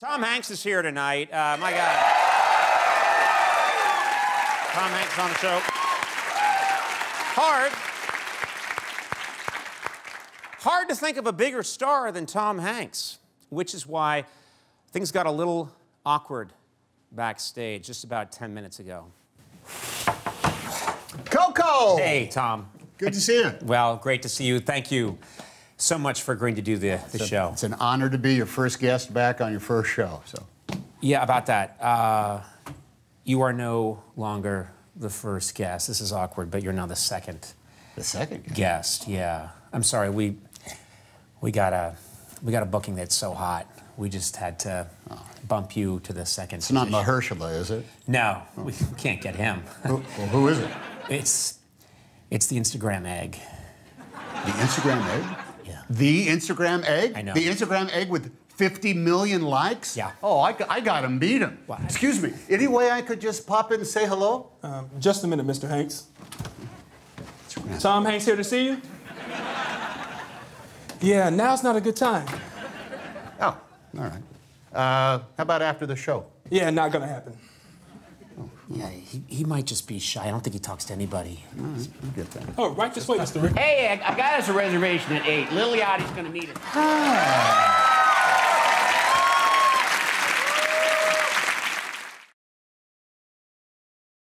Tom Hanks is here tonight. Uh, my God. Tom Hanks on the show. Hard. Hard to think of a bigger star than Tom Hanks, which is why things got a little awkward backstage just about 10 minutes ago. Coco! Hey, Tom. Good to see you. Well, great to see you. Thank you so much for agreeing to do the, the show. It's an honor to be your first guest back on your first show. So Yeah, about that. Uh, you are no longer the first guest. This is awkward, but you're now the second the second guest. guest. Yeah, I'm sorry. We we got a we got a booking that's so hot. We just had to bump you to the second. It's not Mahershala, is it? No, we can't get him. Who, well, who is it? It's it's the Instagram egg. The Instagram egg? Yeah. The Instagram egg? I know. The Instagram egg with 50 million likes? Yeah. Oh, I, g- I got him beat him. Why? Excuse me. Any way I could just pop in and say hello? Um, just a minute, Mr. Hanks. Tom Hanks here to see you. Yeah, now's not a good time. Oh, all right. Uh, how about after the show? Yeah, not gonna happen. Yeah, he, he might just be shy. I don't think he talks to anybody. I'll get that. Oh, right this way, Mr. Rick. Hey, I I got us a reservation at 8. Liliotti's going to meet us. Ah.